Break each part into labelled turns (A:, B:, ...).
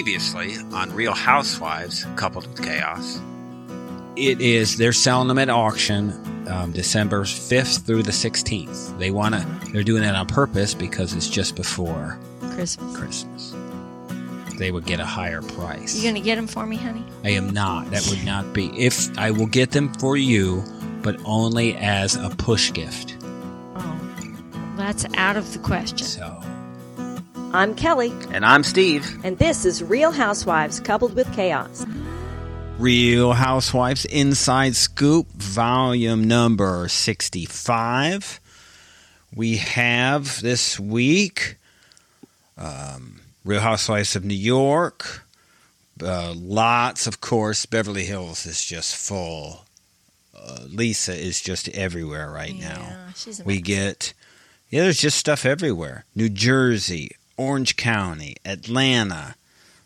A: previously on Real Housewives coupled with Chaos.
B: It is. They're selling them at auction, um, December fifth through the sixteenth. They want to. They're doing it on purpose because it's just before
C: Christmas.
B: Christmas. They would get a higher price.
C: You gonna get them for me, honey?
B: I am not. That would not be. If I will get them for you, but only as a push gift.
C: Oh, that's out of the question.
B: So
D: I'm Kelly,
A: And I'm Steve.
D: and this is Real Housewives Coupled with Chaos.
B: Real Housewives Inside Scoop, volume number 65. We have this week um, Real Housewives of New York. Uh, lots, of course. Beverly Hills is just full. Uh, Lisa is just everywhere right now.
C: Yeah, Oh, she's a
B: We get, yeah, there's just stuff everywhere. New Jersey, Orange County, Atlanta,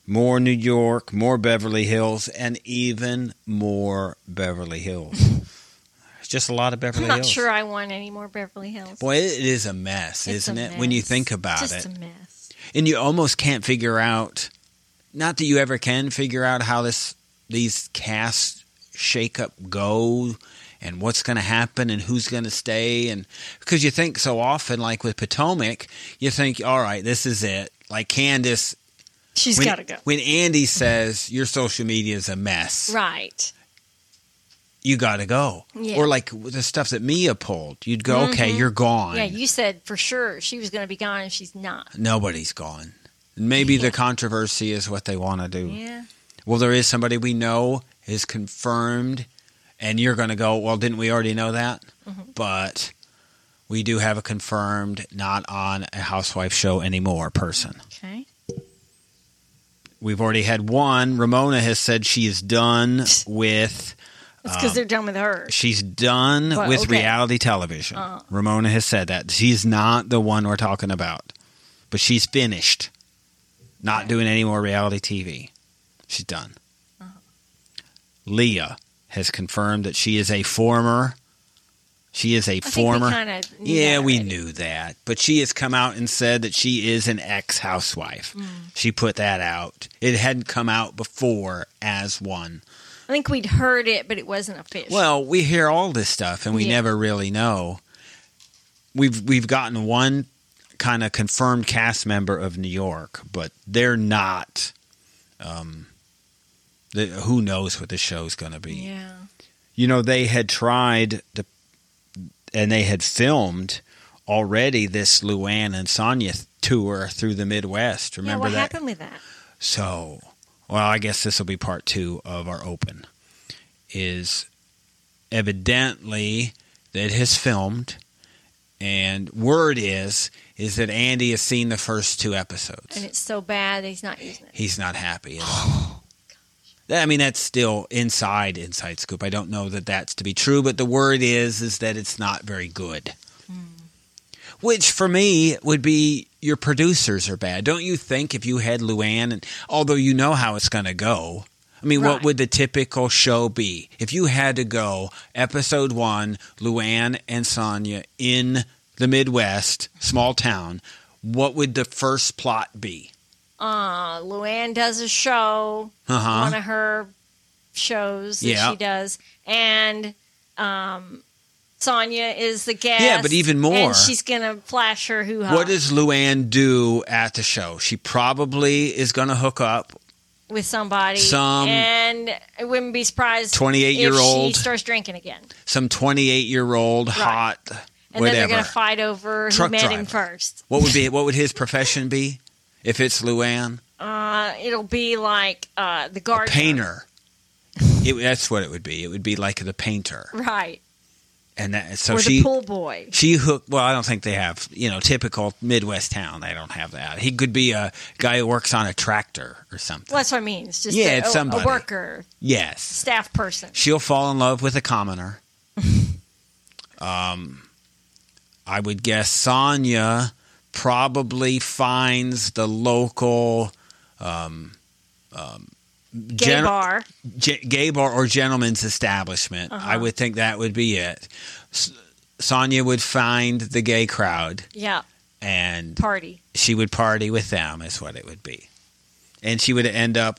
B: more New York, more Beverly Hills, and even more Beverly Hills. It's just a lot of Beverly
C: I'm not
B: Hills.
C: sure I want any more Beverly Hills.
B: Boy, it is a mess,
C: It's
B: isn't
C: a
B: it? When you
C: mess.
B: think about
C: Just
B: it,
C: a mess.
B: and you almost can't figure out. Not that you ever can figure out how this these cast shakeup go and what's going to happen and who's going to stay and because you think so often like with Potomac you think all right this is it like Candace
C: She's
B: when,
C: got to go.
B: when Andy says your social media is a mess
C: Right.
B: you got to go
C: Yeah. Mm-hmm.
B: or like with the stuff that Mia pulled you'd go okay you're gone
C: Yeah, you said for sure she was going to be gone, and she's not.
B: nobody's gone maybe the controversy is what they want to do
C: Yeah.
B: well, there is somebody we know is confirmed, and you're going to go, well, didn't we already know that? But we do have a confirmed, not on a housewife show anymore person.
C: Okay.
B: We've already had one. Ramona has said she is done with.
C: It's because they're done with her.
B: She's done
C: Well,
B: with
C: okay. Uh.
B: reality television. Ramona has said that. She's not the one we're talking about, but she's finished. Not doing any more reality TV. She's done.
C: Uh-huh.
B: Leah has confirmed that she is a former. She is a
C: I
B: former.
C: Think we kinda knew
B: Yeah,
C: that
B: we
C: already.
B: knew that. But she has come out and said that she is an ex housewife.
C: Mm.
B: She put that out. It hadn't come out before as one.
C: I think we'd heard it, but it wasn't official.
B: Well, we hear all this stuff and we
C: Yeah.
B: never really know. We've we've gotten one kind of confirmed cast member of New York, but they're not um the, who knows what the show's going to be.
C: yeah.
B: You know, they had tried to and they had filmed already this Luann and Sonia tour through the Midwest.
C: yeah.
B: Remember
C: What
B: that?
C: happened with that?
B: So, well, I guess this will be part two of our open. Is evidently that it has filmed, and word is is that Andy has seen the first two
C: And
B: episodes.
C: it's so bad that he's not using it.
B: He's not happy. At all. That- I mean, that's still inside inside scoop. I don't know that that's to be true, but the word is is that it's not very good. Which for me would be your producers are bad. Don't you think if you had Luann, and although you know how it's going to go, I mean, what
C: Right.
B: would the typical show be if you had to go episode one, Luann and Sonia in the Midwest, small town? What would the first plot be?
C: Uh, Luann does a show.
B: Uh
C: one
B: huh.
C: of her shows that
B: Yeah.
C: she does, and um, Sonia is the guest.
B: Yeah, but even more-
C: and she's gonna flash her hoo ha.
B: What does Luann do at the show? She probably is going to hook up
C: with somebody?
B: Some-
C: and I wouldn't be surprised.
B: 28-year-old
C: if she starts drinking again,
B: some 28 year old hot
C: and then
B: whatever.
C: they're gonna fight over
B: Truck
C: who met
B: driver.
C: him first.
B: What would be what would his profession be if it's Luann?
C: Uh, it'll be like uh, the
B: A
C: gardener,
B: painter. It, that's what it would be. It would be like the painter,
C: right?
B: and that, so
C: or
B: she
C: the pool boy.
B: she hooked. Well, I don't think they have you know typical Midwest town. They don't have that. He could be a guy who works on a tractor or something.
C: Well, that's what I mean. It's just
B: Yeah,
C: a,
B: it's
C: a-
B: somebody.
C: a worker,
B: yes,
C: staff person.
B: she'll fall in love with a commoner. um, I would guess Sonia probably finds the local um, um,
C: Gay
B: gen-
C: bar.
B: ge- gay bar or gentleman's establishment. I would think that would be it. S- Sonia would find the gay crowd
C: Yeah,
B: and
C: party.
B: she would party with them, is what it would be. and she would end up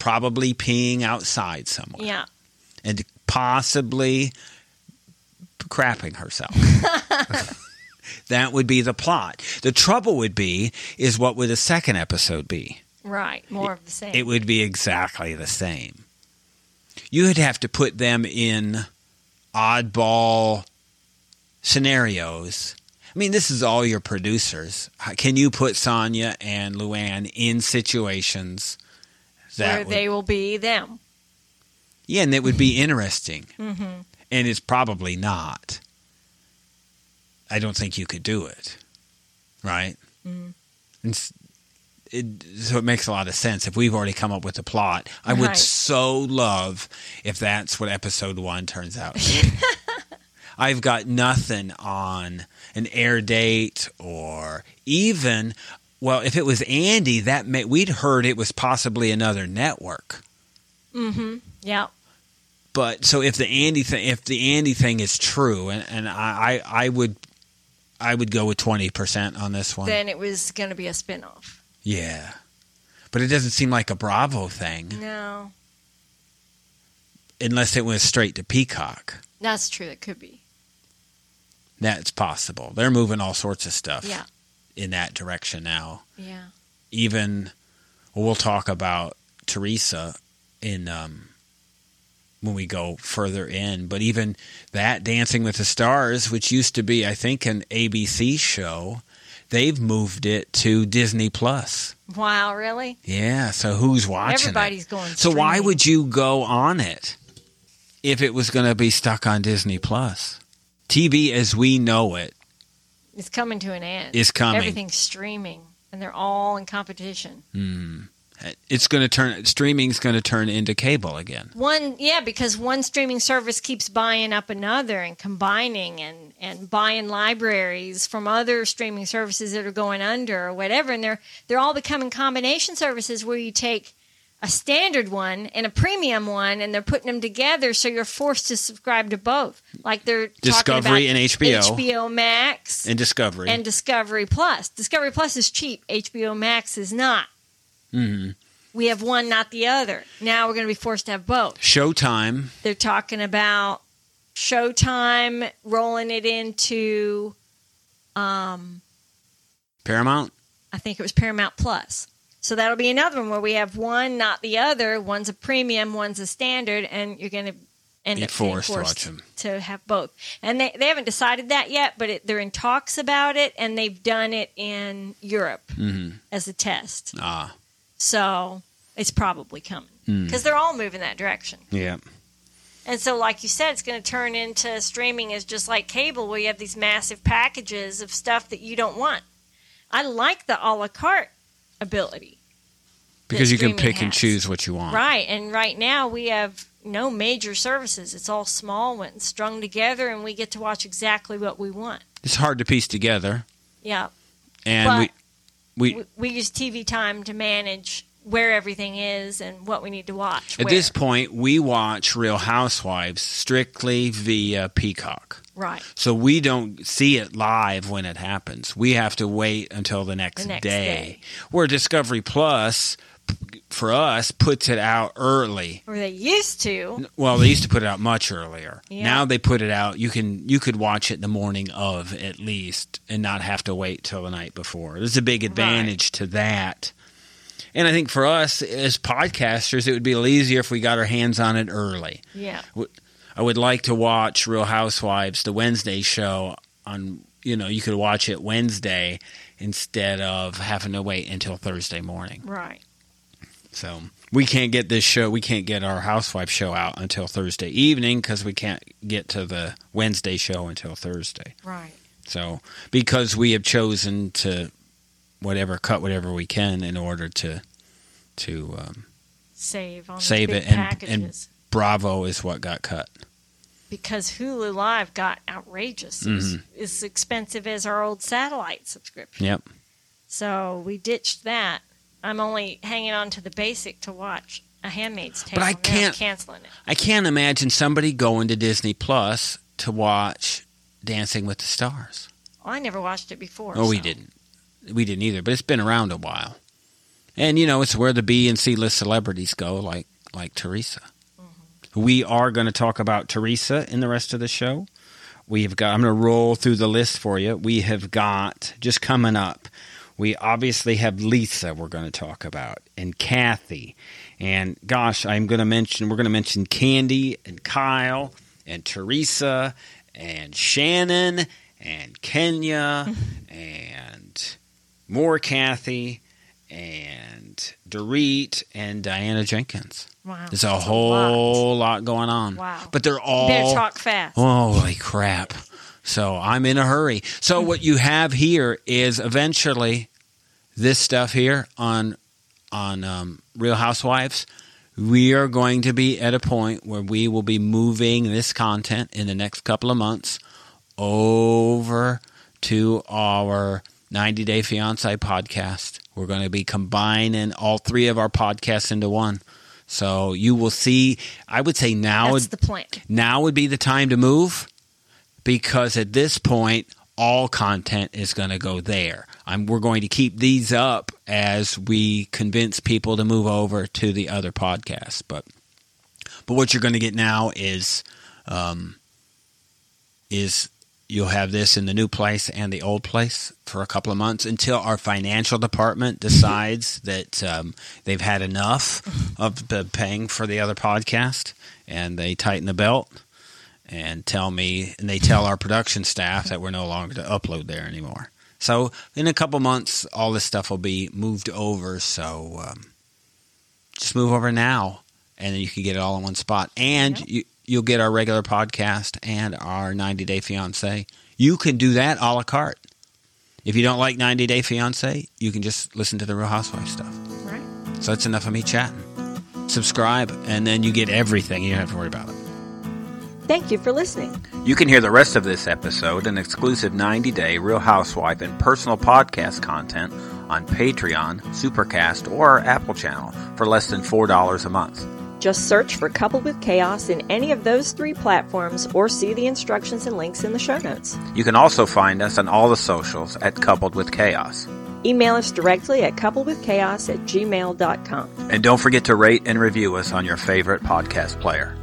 B: probably peeing outside somewhere
C: Yeah.
B: and possibly crapping herself. that would be the plot. The trouble would be is what would the second episode be?
C: Right. More of the same.
B: It would be exactly the same. You would have to put them in oddball scenarios. I mean, this is all your producers. How- Can you put Sonia and Luann in situations that
C: where
B: would
C: they will be them.
B: yeah, and it would be interesting. And it's probably not. I don't think you could do it, right? And s it, so it makes a lot of sense if we've already come up with a plot. I would
C: Right.
B: so love if that's what episode one turns out. to be. I've got nothing on an air date or even well, if it was Andy, that may, we'd heard it was possibly another network.
C: Mm-hmm. Yeah.
B: But so if the Andy thing, if the Andy thing is true, and, and I, I I would, I would go with twenty percent on this one.
C: Then it was going to be a spinoff.
B: yeah, but it doesn't seem like a Bravo thing
C: No.
B: unless it went straight to Peacock.
C: That's true. It could be.
B: That's possible. They're moving all sorts of stuff
C: Yeah.
B: in that direction now.
C: Yeah.
B: Even well, we'll talk about Teresa in um, when we go further in. But even that Dancing with the Stars, which used to be, I think, an ABC show, they've moved it to Disney Plus.
C: Wow. Really?
B: Yeah, so who's watching? it?
C: Everybody's going.
B: So why
C: streaming.
B: would you go on it if it was going to be stuck on Disney Plus? TV as we know it
C: It's coming to an end.
B: is coming.
C: Everything's streaming, and they're all in competition.
B: Hmm. It's going to turn streaming's going to turn into cable again.
C: One, yeah, because one streaming service keeps buying up another and combining and and buying libraries from other streaming services that are going under or whatever, and they're they're all becoming combination services where you take a standard one and a premium one, and they're putting them together, so you're forced to subscribe to both. Like they're
B: Discovery
C: talking about
B: and HBO.
C: HBO Max,
B: And Discovery.
C: and Discovery Plus. Discovery Plus is cheap. HBO Max is not.
B: Mhm.
C: We have one, not the other. Now we're going to be forced to have both.
B: Showtime.
C: They're talking about Showtime rolling it into, um,
B: Paramount.
C: I think it was Paramount Plus. So that'll be another one where we have one, not the other. One's a premium, one's a standard, and you're going to end
B: Be
C: up being
B: forced to
C: forced
B: watch 'em.
C: to have both. And they, they haven't decided that yet, but it, they're in talks about it, and they've done it in Europe
B: Mm-hmm.
C: as a test.
B: Ah,
C: So it's probably coming
B: Hmm.
C: because they're all moving that direction.
B: yeah.
C: And so, like you said, it's going to turn into streaming is just like cable, where you have these massive packages of stuff that you don't want. I like the a la carte ability,
B: Because you can
C: streaming
B: pick and
C: has.
B: choose what you want.
C: right? And right now we have no major services; it's all small ones strung together, and we get to watch exactly what we want.
B: It's hard to piece together,
C: Yeah,
B: and
C: But-
B: we we
C: we, we use TV Time to manage where everything is and what we need to watch.
B: at
C: where.
B: this point we watch Real Housewives strictly via Peacock.
C: right.
B: So we don't see it live when it happens. We have to wait until the next,
C: The next day.
B: Where Discovery Plus p- for us puts it out early.
C: or they used to.
B: Well, they used to put it out much earlier.
C: Yeah.
B: Now they put it out. You can you could watch it the morning of at least, and not have to wait till the night before. There's a big advantage to that. And I think for us as podcasters, it would be a little easier if we got our hands on it early.
C: Yeah,
B: I would like to watch Real Housewives, the Wednesday show on you know, you could watch it Wednesday instead of having to wait until Thursday morning.
C: right.
B: So we can't get this show, we can't get our housewife show out until Thursday evening because we can't get to the Wednesday show until Thursday.
C: Right.
B: So because we have chosen to whatever cut whatever we can in order to to um,
C: Save on
B: Save
C: the big
B: it and- and-
C: packages
B: Bravo is what got cut.
C: because Hulu Live got outrageous. It was
B: Mm-hmm.
C: As expensive as our old satellite subscription.
B: Yep.
C: So we ditched that. I'm only hanging on to the basic to watch A Handmaid's Tale.
B: But I
C: and they're
B: can't-
C: canceling it.
B: I can't imagine somebody going to Disney Plus to watch Dancing with the Stars.
C: Well, I never watched it before.
B: Oh, we
C: so-
B: didn't. We didn't either, but it's been around a while. And you know, it's where the B and C list celebrities go, like like Teresa.
C: Mm-hmm.
B: We are going to talk about Teresa in the rest of the show. We've got. I'm going to roll through the list for you. We have got just coming up. We obviously have Lisa. We're going to talk about and Kathy, and gosh, I'm going to mention. We're going to mention Candy and Kyle and Teresa and Shannon and Kenya and more Kathy and Dorit and Diana Jenkins.
C: Wow.
B: There's a
C: That's
B: whole Oh, lot. going on.
C: Wow.
B: But they're
C: lot.
B: all
C: Better talk fast.
B: Holy crap. So I'm in a hurry. So what you have here is eventually this stuff here on on um, Real Housewives. We are going to be at a point where we will be moving this content in the next couple of months over to our 90 Day Fiance podcast. We're going to be combining all three of our podcasts into one. So you will see, I would say now
C: That's the plan.
B: now would be the time to move because at this point all content is going to go there I'm, we're going to keep these up as we convince people to move over to the other podcast but but what you're going to get now is um, is you'll have this in the new place and the old place for a couple of months until our financial department decides that um, they've had enough of the paying for the other podcast and they tighten the belt and tell me and they tell our production staff that we're no longer to upload there anymore so in a couple months all this stuff will be moved over so um, just move over now and then you can get it all in one spot and
C: Yep.
B: you, you'll get our regular podcast and our 90 day fiance you can do that a la carte if you don't like 90 day fiance you can just listen to the real housewives stuff
C: Right.
B: so that's enough of me chatting subscribe and then you get everything you don't have to worry about it
D: Thank you for listening.
A: You can hear the rest of this episode and exclusive 90 day Real Housewife and personal podcast content on Patreon, Supercast, or our Apple channel for less than $4 a month.
D: Just search for Coupled with Chaos in any of those three platforms or see the instructions and links in the show notes.
A: You can also find us on all the socials at Coupled with Chaos.
D: Email us directly at coupledwithchaos at gmail.com.
A: And don't forget to rate and review us on your favorite podcast player.